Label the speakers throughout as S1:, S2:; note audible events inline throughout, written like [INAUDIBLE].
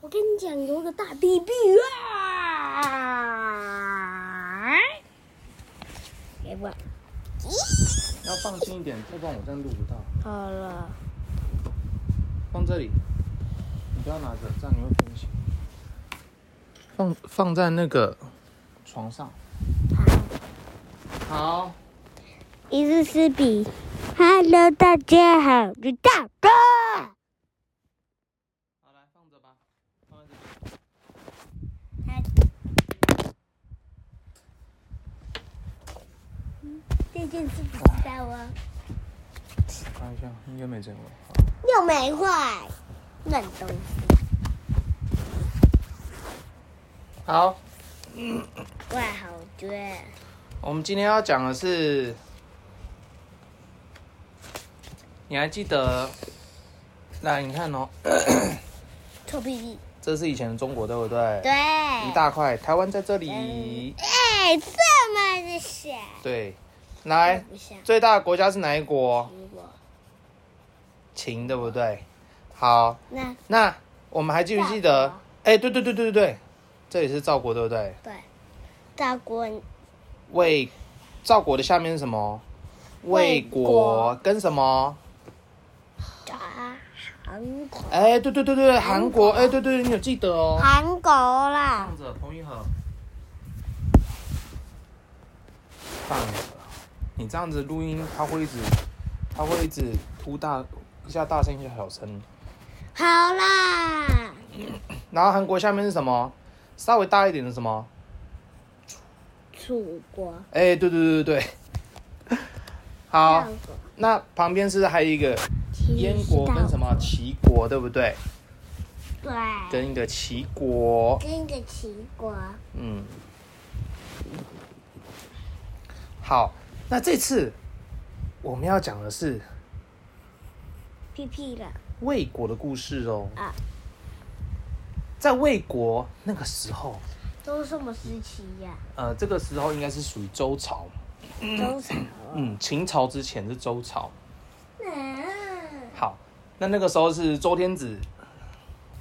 S1: 我跟你讲，有个大地币啊！给我，
S2: 要放轻一点，要不然我这样录不到。
S1: 好了，
S2: 放这里，你不要拿着，这样你会分心。放放在那个床上。好，
S1: 一支是笔。Hello，大家好，我是大哥。
S2: 好来放着吧，放在这里。
S1: 这件事不知道哦，
S2: 看一下，应该没整过。好
S1: 又没坏，乱东西。
S2: 好，
S1: 哇，好绝！
S2: 我们今天要讲的是，你还记得？来，你看哦，
S1: 臭屁屁。
S2: 这是以前的中国，对不对？
S1: 对。
S2: 一大块，台湾在这里。
S1: 哎，这么的小，
S2: 对，来，
S1: 不像
S2: 最大的国家是哪一国？
S1: 如果
S2: 秦，对不对？好，
S1: 那
S2: 那我们还记不记得
S1: 赵国？
S2: 哎，对对对对对对，这里是赵国，对不对？
S1: 对，大国
S2: 魏，赵国的下面是什么？
S1: 魏
S2: 魏
S1: 国
S2: 国跟什么？
S1: 啊，韩国，
S2: 哎，对对对对，韩国，哎，对对，你有记得哦。
S1: 韩国啦，
S2: 放着，彭一和。放着，你这样子录音，它会一直，它会一直突大，一下大声，一下小声。
S1: 好啦，
S2: 然后韩国下面是什么？稍微大一点的什么？
S1: 楚国，
S2: 哎，对对对对对。 [LAUGHS] 好，
S1: 韩国，
S2: 那旁边是不是还有一个燕国跟什么齐国，对不对？
S1: 对，
S2: 跟一个齐国，
S1: 跟一个齐国，
S2: 嗯。好，那这次我们要讲的是
S1: 屁屁了
S2: 魏国的故事哦。
S1: 啊，
S2: 在魏国那个时候，
S1: 都什么时期呀？
S2: 呃，这个时候应该是属于周朝，
S1: 周朝，
S2: 嗯，秦朝之前是周朝。
S1: 嗯，
S2: 好，那那个时候是周天子，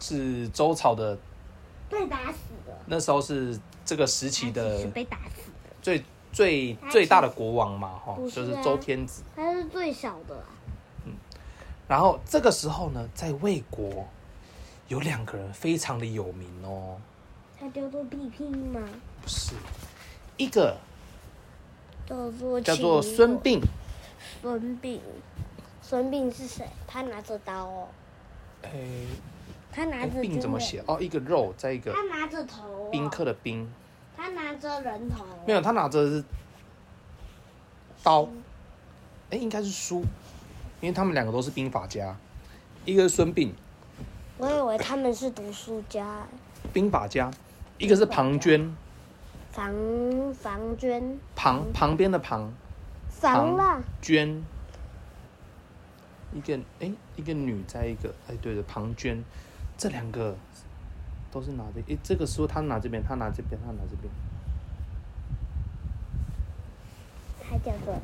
S2: 是周朝的，
S1: 被打死的，
S2: 那时候是这个时期
S1: 他只
S2: 的
S1: 是被打死的，
S2: 最最最大的国王嘛，哈，
S1: 不是
S2: 就
S1: 啊
S2: 是周天子。
S1: 他是最小的啊，
S2: 然后这个时候呢，在魏国有两个人非常的有名哦，
S1: 他叫做屁屁吗？
S2: 不是一个
S1: 叫做
S2: 叫做
S1: 秦
S2: 孙
S1: 国
S2: 膑，
S1: 孙膑，孙膑是谁？他拿着刀哦，
S2: 哎，
S1: 他拿
S2: 哎
S1: 着
S2: 膑怎么
S1: 真的
S2: 写？哦，一个肉，再一个
S1: 他拿着头、哦，
S2: 宾客的宾，
S1: 他拿着人头，哦
S2: 没有，他拿着是刀，哎，应该是书，因为他们两个都是兵法家，一个是孙膑，
S1: 我以为他们是读书家，
S2: 兵法家，一个是庞涓，
S1: 房房娟，
S2: 庞旁边的庞，
S1: 房啦，
S2: 涓，一个哎、一个女在一个哎、对的庞涓，这两个都是拿着哎、这个书他拿这边，他拿这边，他拿这边，
S1: 他叫 [LAUGHS] 做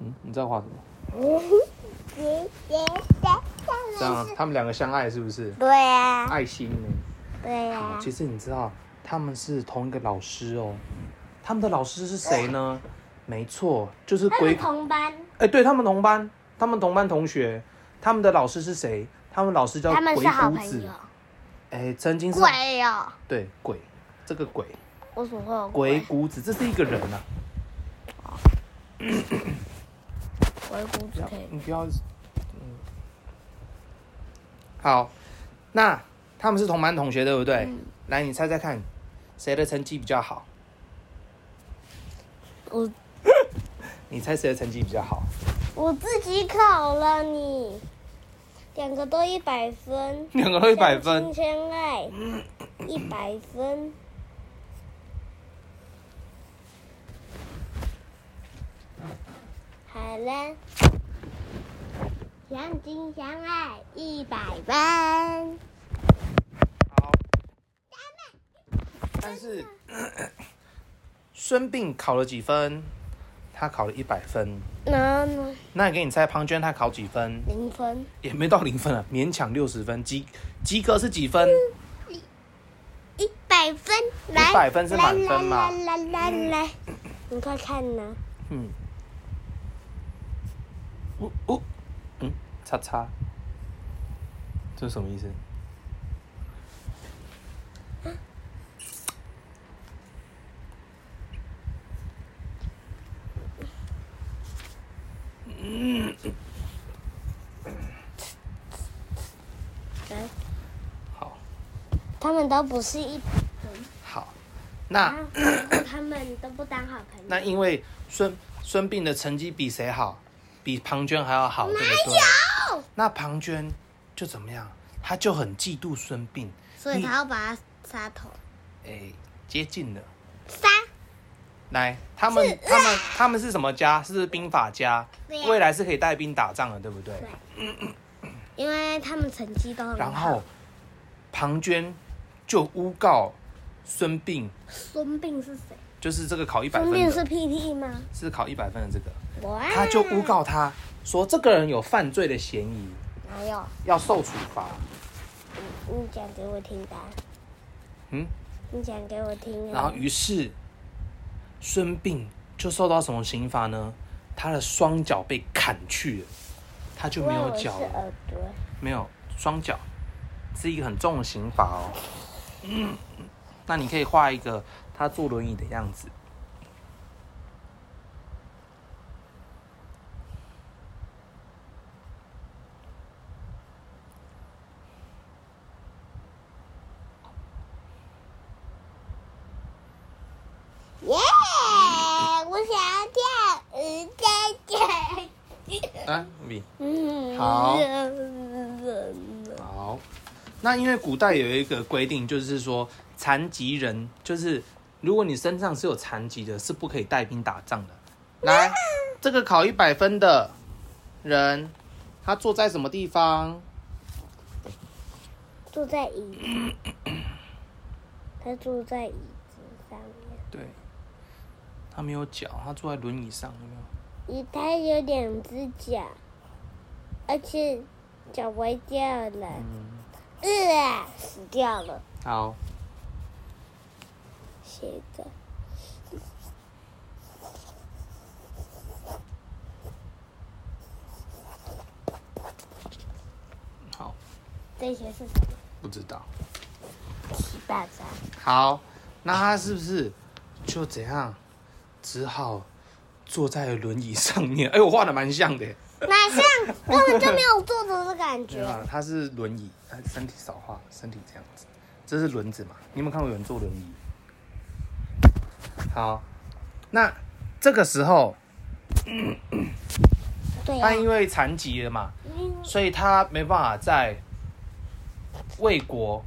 S2: 嗯，你知道画什么？
S1: 姐姐
S2: 这样啊他们两个相爱是不是？啊
S1: 对呀、
S2: 爱心呢、哦
S1: 对啊呀、
S2: 好，其实你知道他们是同一个老师哦，他们的老师是谁呢？没错，就是
S1: 他
S2: 鬼
S1: 们同班，
S2: 哎、对他们同班，他们同班同学，他们的老师是谁？他们老师叫
S1: 他们是
S2: 鬼
S1: 好
S2: 谷
S1: 朋
S2: 子
S1: 友，。
S2: 哎、曾经是
S1: 鬼哦，
S2: 对鬼，这个鬼
S1: 我怎么会有
S2: 鬼谷子，这是一个人啊！
S1: 鬼谷子可以？
S2: 你不要，嗯，好，那他们是同班同学，对不对？来，你猜猜看，谁的成绩比较好？
S1: 我
S2: 你猜谁的成绩比较好？
S1: 我自己考了你，两个都一百分。
S2: 两个都一百
S1: 相
S2: 分
S1: 亲，相爱，一百分。好了，相亲相爱一百分。
S2: 好。但是孙膑考了几分？他考了一百分，
S1: 然后呢？
S2: 那你给你猜庞涓他考几分？
S1: 零分，
S2: 也没到零分啊，勉强六十分，及及格是几分？
S1: 一百分，来，
S2: 100分是满分
S1: 来
S2: 嘛
S1: 来来来来，你快看呐，
S2: 嗯，呜、呜、嗯，叉叉，这是什么意思？
S1: 来，
S2: 好，
S1: 他们都不是一，
S2: 好，那。
S1: 啊他们都不当好朋友。
S2: 那因为孙孙膑的成绩比谁好？比庞涓还要好，对不对？
S1: 有，
S2: 那庞涓就怎么样？他就很嫉妒孙膑，
S1: 所以他要把他杀头，
S2: 哎，接近了。
S1: 杀，
S2: 来，他们他们他们是什么家？是兵法家
S1: 对啊呀，
S2: 未来是可以带兵打仗的，对不对？
S1: 因为他们成绩都很好。
S2: 然后庞涓就诬告孙膑，
S1: 孙膑是谁？
S2: 就是这个考一百
S1: 孙
S2: 分
S1: 膑
S2: 的，
S1: 是 PT 吗？啊
S2: 是考一百分的这个，
S1: 哇，
S2: 他就诬告他说这个人有犯罪的嫌疑，
S1: 哪有？
S2: 要受处罚。
S1: 你你讲给我听吧。
S2: 嗯。
S1: 你讲给我听
S2: 然
S1: 啊
S2: 后，！于是孙膑就受到什么刑罚呢？他的双脚被砍去了，他就
S1: 我
S2: 没
S1: 以
S2: 有
S1: 为是
S2: 脚了，
S1: 耳朵，
S2: 没有双脚，是一个很重的刑罚哦。嗯那你可以画一个他坐轮椅的样子。
S1: 耶！
S2: 嗯
S1: 我想要跳鱼姐姐。
S2: 啊，比
S1: 嗯，
S2: 好好。那因为古代有一个规定，就是说残疾人，就是如果你身上是有残疾的，是不可以带兵打仗的。来，这个考一百分的人，他坐在什么地方？
S1: 坐在椅子，他坐在椅子上面，
S2: 对，他没有脚，他坐在轮椅上，有没有？
S1: 椅他有两只脚，而且脚歪掉了，
S2: 嗯，
S1: 呃，死掉了。
S2: 好，
S1: 写一个。
S2: 好，
S1: 这些是什么？
S2: 不知道。
S1: 七大家。
S2: 好，那他是不是就怎样，只好坐在轮椅上面？哎、我画的蛮像的耶。
S1: 哪像根本就没有坐着的感
S2: 对
S1: 觉。
S2: 啊，它是轮椅，它身体少画，身体这样子，这是轮子嘛？你有没有看过有人坐轮椅？好，那这个时候
S1: 对啊呀、
S2: 他因为残疾了嘛，
S1: 嗯
S2: 所以他没办法在魏国，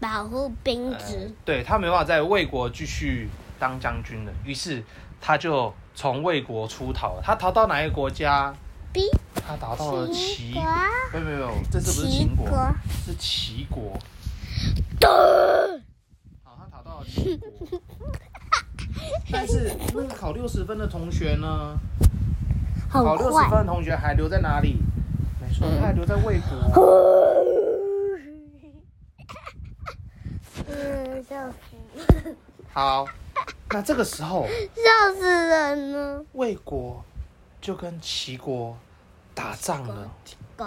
S1: 保护兵
S2: 呃
S1: 职，
S2: 对他没办法在魏国继续当将军了，于是他就从魏国出逃了。他逃到哪一个国家？
S1: 兵
S2: 他逃到了
S1: 齐 [LAUGHS]
S2: 齐，
S1: 国
S2: 没有没有没有，这次不是
S1: 齐
S2: 秦国，
S1: 国
S2: 是齐国。
S1: 的。
S2: 好，他考到了七国，但是那个考六十分的同学呢？
S1: 很
S2: 考六十分
S1: 快。
S2: 的同学还留在哪里？没错，他还留在魏国。
S1: 嗯，笑死，
S2: 好，那这个时候
S1: 笑死人了。
S2: 魏国就跟齐国打仗了。
S1: 狗，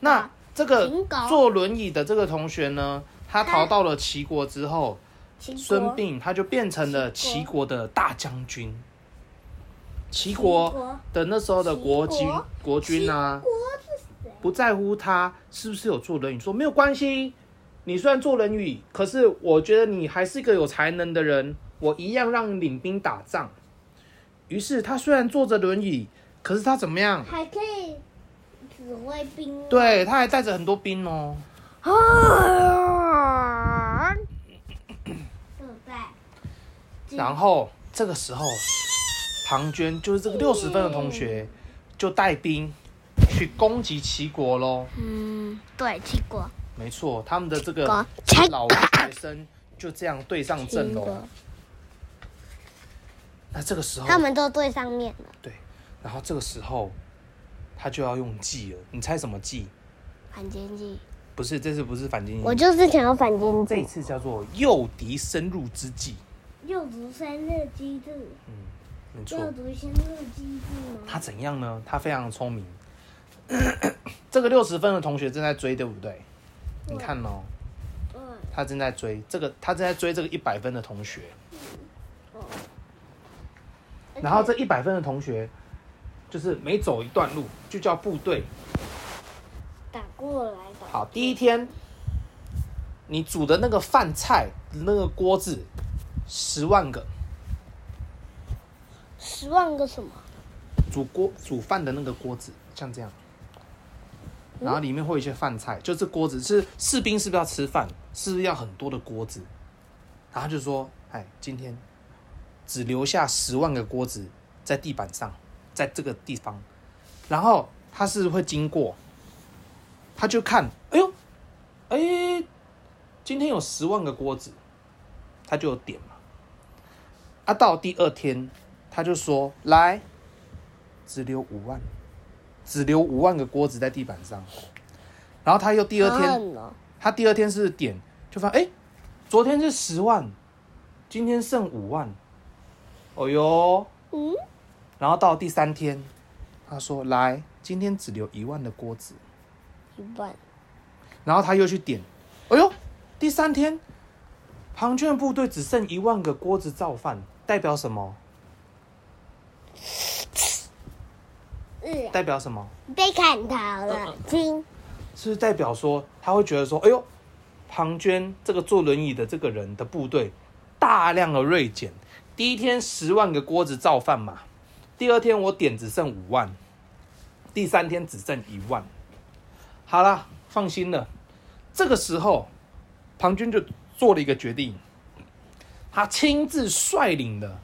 S2: 那这个
S1: 秦国
S2: 坐轮椅的这个同学呢，他逃到了齐国之后，
S1: 秦
S2: 孙
S1: 国，
S2: 膑他就变成了齐
S1: 齐
S2: 国的大将军。齐
S1: 齐
S2: 国
S1: 国
S2: 的那时候的国
S1: 齐
S2: 军
S1: 国
S2: 国君啊，
S1: 国是谁？
S2: 不在乎他是不是有坐轮椅，说没有关系，你虽然坐轮椅，可是我觉得你还是一个有才能的人，我一样让你领兵打仗。于是他虽然坐着轮椅，可是他怎么样？
S1: 还可以指挥兵。
S2: 对，他还带着很多兵哦。
S1: 啊！对不对？
S2: 然后这个时候，庞涓就是这个六十分的同学，就带兵去攻击齐国喽。
S1: 嗯，对，齐国，
S2: 没错，他们的这个
S1: 国，齐
S2: 老学生就这样对上阵
S1: 秦
S2: 喽
S1: 国。
S2: 那这个时候
S1: 他们都最上面了，
S2: 对，然后这个时候他就要用计了。你猜什么计？
S1: 反间计。
S2: 不是，这次不是反间
S1: 我
S2: 计，
S1: 就是想要反间
S2: 这一
S1: 计，
S2: 次叫做诱敌深入之计。
S1: 幼竹生日机制，
S2: 没错
S1: 幼，竹生日机制吗？
S2: 他怎样呢？他非常聪明。 [CLEARS THROAT] 这个六十分的同学正在追，对不对？你看哦，
S1: 嗯，
S2: 他正在追这个，他正在追这个一百分的同学。
S1: 哦
S2: 然后这一百分的同学，就是每走一段路就叫部队。
S1: 打过来打。
S2: 好，第一天，你煮的那个饭菜那个锅子，十万个
S1: 十万个什么？
S2: 煮锅煮饭的那个锅子，像这样。然后里面会有一些饭菜，就是锅子是士兵是不是要吃饭？是不是要很多的锅子？然后他就说，哎，今天只留下十万个锅子在地板上，在这个地方。然后他是会经过，他就看，哎呦，哎，今天有十万个锅子，他就有点嘛。啊，到第二天，他就说，来，只留五万，只留五万个锅子在地板上。然后他又第二天
S1: 好，狠哦
S2: 他第二天是点，就发现哎、诶昨天是十万，今天剩五万，哦哟，
S1: 嗯，
S2: 然后到第三天，他说来，今天只留一万的锅子，
S1: 一万。
S2: 然后他又去点，哎呦，第三天，庞涓部队只剩一万个锅子造饭，代表什么？
S1: 嗯，
S2: 代表什么？
S1: 被砍头了，亲。
S2: 是不是代表说他会觉得说，哎呦，庞涓这个坐轮椅的这个人的部队大量的锐减，第一天十万个锅子造饭嘛，第二天我点只剩五万，第三天只剩一万，好啦，放心了。这个时候，庞涓就做了一个决定，他亲自率领了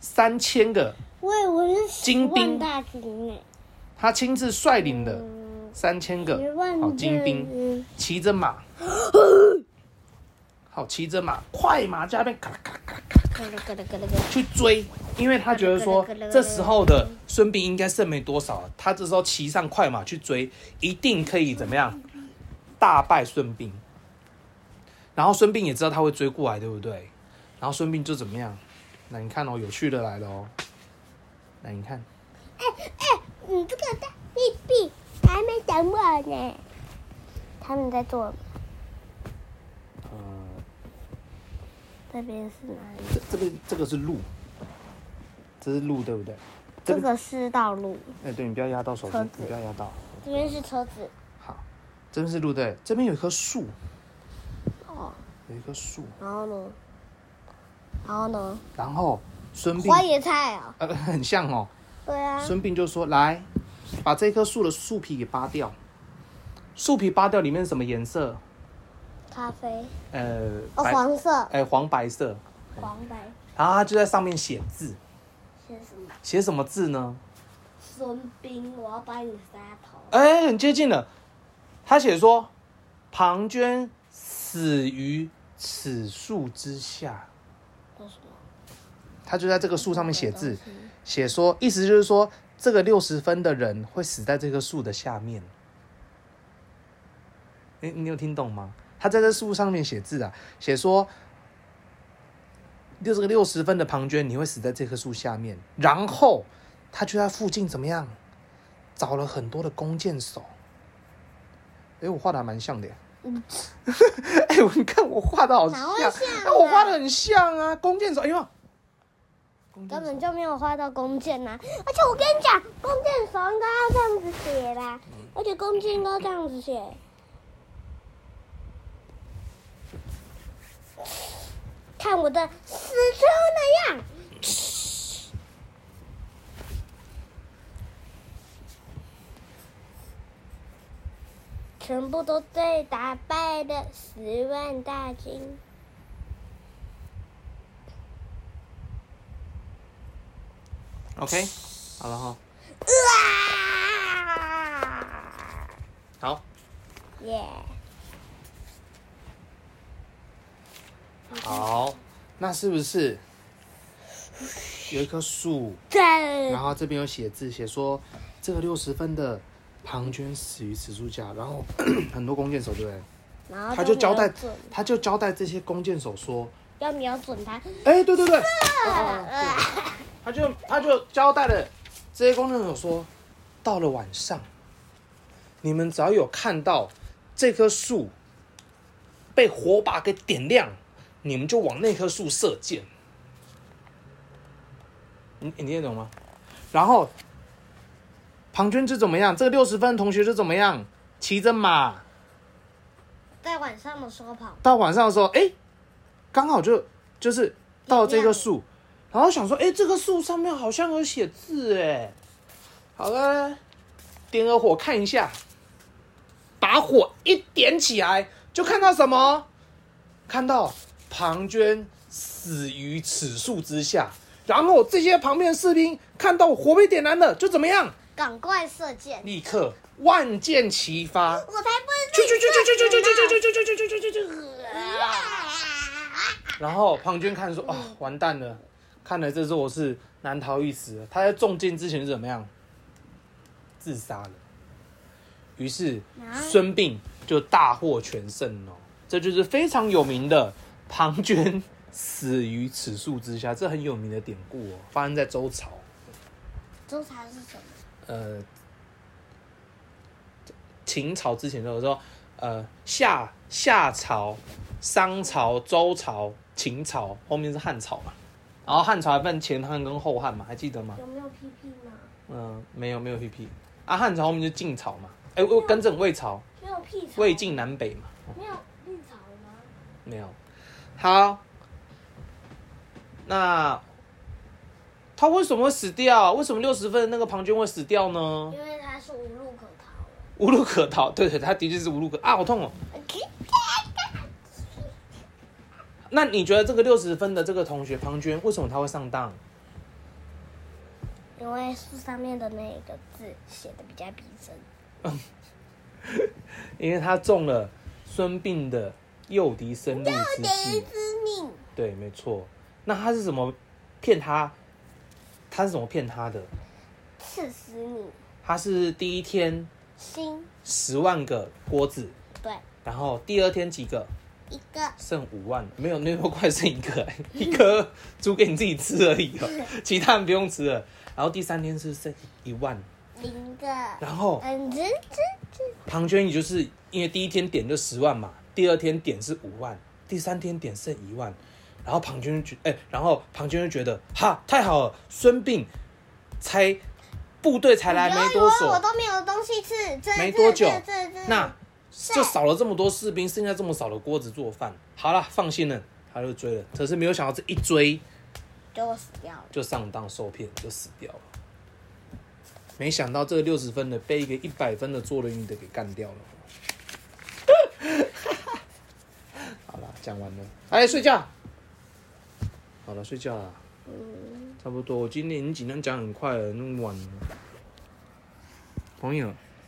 S2: 三千个，
S1: 我以为是十
S2: 精
S1: 万
S2: 兵
S1: 大军欸呢，
S2: 他亲自率领了三千个
S1: 十万
S2: 呃好精兵。
S1: 兵。
S2: 骑着马， [GASPS] 好骑着马，快马加鞭，咔啦咔啦咔啦咔啦
S1: 咯咯咯咯咯咯
S2: 去追，因为他觉得说这时候的孙膑应该剩没多少了，他这时候骑上快马去追，一定可以怎么样，大败孙膑。然后孙膑也知道他会追过来，对不对？然后孙膑就怎么样？那你看哦，有趣的来了哦。那你看，
S1: 你这个大屁屁还没等我呢。他们在做，
S2: 呃，
S1: 这边是哪里？
S2: 这这边这个是鹿，这是鹿，对不对？这
S1: 这
S2: 边
S1: 个是道路，
S2: 哎、对你不要压到手
S1: 车
S2: 机
S1: 子，
S2: 你不要压到。
S1: 这边是车子。
S2: 好，这边是路对，这边有一棵树，
S1: 哦，
S2: 有一棵树，
S1: 然后呢？然后呢？
S2: 然后孙
S1: 花
S2: 膑
S1: 椰菜啊、
S2: 呃很像哦，
S1: 对啊，
S2: 孙膑就说来，把这棵树的树皮给扒掉，树皮扒掉里面是什么颜色？
S1: 咖啡
S2: 呃，
S1: 哦，
S2: 白，
S1: 黄色，
S2: 哎、黄白色，
S1: 黄白
S2: 然后他就在上面写字，
S1: 写什么？
S2: 写什么字呢？
S1: 孙膑，我要把你杀头。
S2: 哎、很接近了。他写说，庞涓死于此树之下。
S1: 这是什么？
S2: 他就在这个树上面写字
S1: 这个东西，
S2: 写说意思就是说，这个六十分的人会死在这棵树的下面。你你有听懂吗？他在这树上面写字啊，写说六这个六十分的庞涓，你会死在这棵树下面。然后他就在附近怎么样，找了很多的弓箭手。哎、我画的还蛮像的耶。 [LAUGHS] 哎、我你看我画的好像，
S1: 嗯哪会像啊
S2: 哎我画的很像啊，弓箭手，哎呦，弓箭
S1: 根
S2: 手
S1: 本就没有画到弓箭呐、而且我跟你讲，弓箭手应该要这样子写啦，而且弓箭应该要这样子写。看我的死猪那样，全部都被打败的十万大军。
S2: OK，好了哈，
S1: 啊！
S2: 好，
S1: 耶！
S2: 好，那是不是有一棵树，
S1: 对
S2: 然，后这边有写字，写说这个六十分的庞涓死于此树下，然后 [COUGHS] 很多弓箭手对不对？
S1: 然后
S2: 他
S1: 啊都
S2: 就
S1: 没
S2: 交
S1: 有
S2: 代
S1: 准，
S2: 他就交代这些弓箭手说，
S1: 要瞄准他，
S2: 哎、对对对，
S1: 呃
S2: 他就他就交代了这些工作者说，到了晚上，你们只要有看到这棵树被火把给点亮，你们就往那棵树射箭。你你听得懂吗？然后庞涓就怎么样？这个六十分同学就怎么样？骑着马
S1: [LAUGHS] 在晚上的时候跑，
S2: 到晚上的时候，哎、刚好就就是到这
S1: 点亮
S2: 棵树，然后想说，哎、这棵树上面好像有写字，哎，好了，点个火看一下，把火一点起来，就看到什么？看到庞涓死于此树之下，然后这些旁边的士兵看到火被点燃了，就怎么样？
S1: 赶快射箭。
S2: 立刻万箭齐发，
S1: 我才不是
S2: 去去去去去去去去
S1: 去
S2: 去去去去去去去！
S1: 啊 [LAUGHS]
S2: 然后庞涓看说啊，完蛋了，看来这次我是难逃一死了。他在中箭之前是怎么样？自杀了。于是孙膑就大获全胜哦，这就是非常有名的庞涓死于此树之下，这很有名的典故哦，发生在周朝。
S1: 周朝是什么？
S2: 呃，秦朝之前的时候，呃，夏夏朝、商朝、周朝、秦朝，后面是汉朝嘛。然后汉朝还分前汉跟后汉嘛，还记得吗？
S1: 有没有屁屁吗？
S2: 嗯、没有没有 P P 啊，汉朝后面就晋朝嘛。哎、我更正魏朝，
S1: 没有屁
S2: 魏晋南北嘛，
S1: 没有屁草吗？
S2: 没有。好，那他为什么会死掉？为什么六十分的那个庞涓会死掉呢？
S1: 因为他是无路可逃了。 [LAUGHS]
S2: 无路可逃，对对，他的确是无路可啊，好痛哦。那你觉得这个六十分的这个同学庞涓，为什么他会上当？
S1: 因为树上面的那一个字写的比较逼真，
S2: 因为他中了孙膑的诱敌深入之计。
S1: 之命。
S2: 对，没错。那他是怎么骗他？他是怎么骗他的？
S1: 刺死你
S2: 他是第一天
S1: 心，
S2: 十万个锅子，
S1: 对，
S2: 然后第二天几个？
S1: 一个
S2: 剩五万，没有那么快剩一个， [LAUGHS] 一颗煮给你自己吃而已哦，其他人不用吃了。然后第三天是剩一万，
S1: 零个，
S2: 然后
S1: 嗯，真真真，
S2: 庞涓也就是因为第一天点就十万嘛，第二天点是五万，第三天点剩一万，然后庞涓就觉哎、然后庞涓就觉得哈太好了，孙膑才部队才来没
S1: 有
S2: 多
S1: 有啊我
S2: 久，
S1: 都没有东西吃，这
S2: 没多久
S1: 这这这
S2: 那就少了这么多士兵，剩下这么少的锅子做饭，好了，放心了，他就追了。可是没有想到这一追
S1: 给我死掉了。
S2: 就上当受骗，就死掉了。没想到这个六十分的被一个一百分的做人鱼的给干掉了。 [LAUGHS] 好了，讲完了，哎，睡觉。好了，睡觉了。差不多。我今天已经尽量讲很快了，那么晚了。朋友，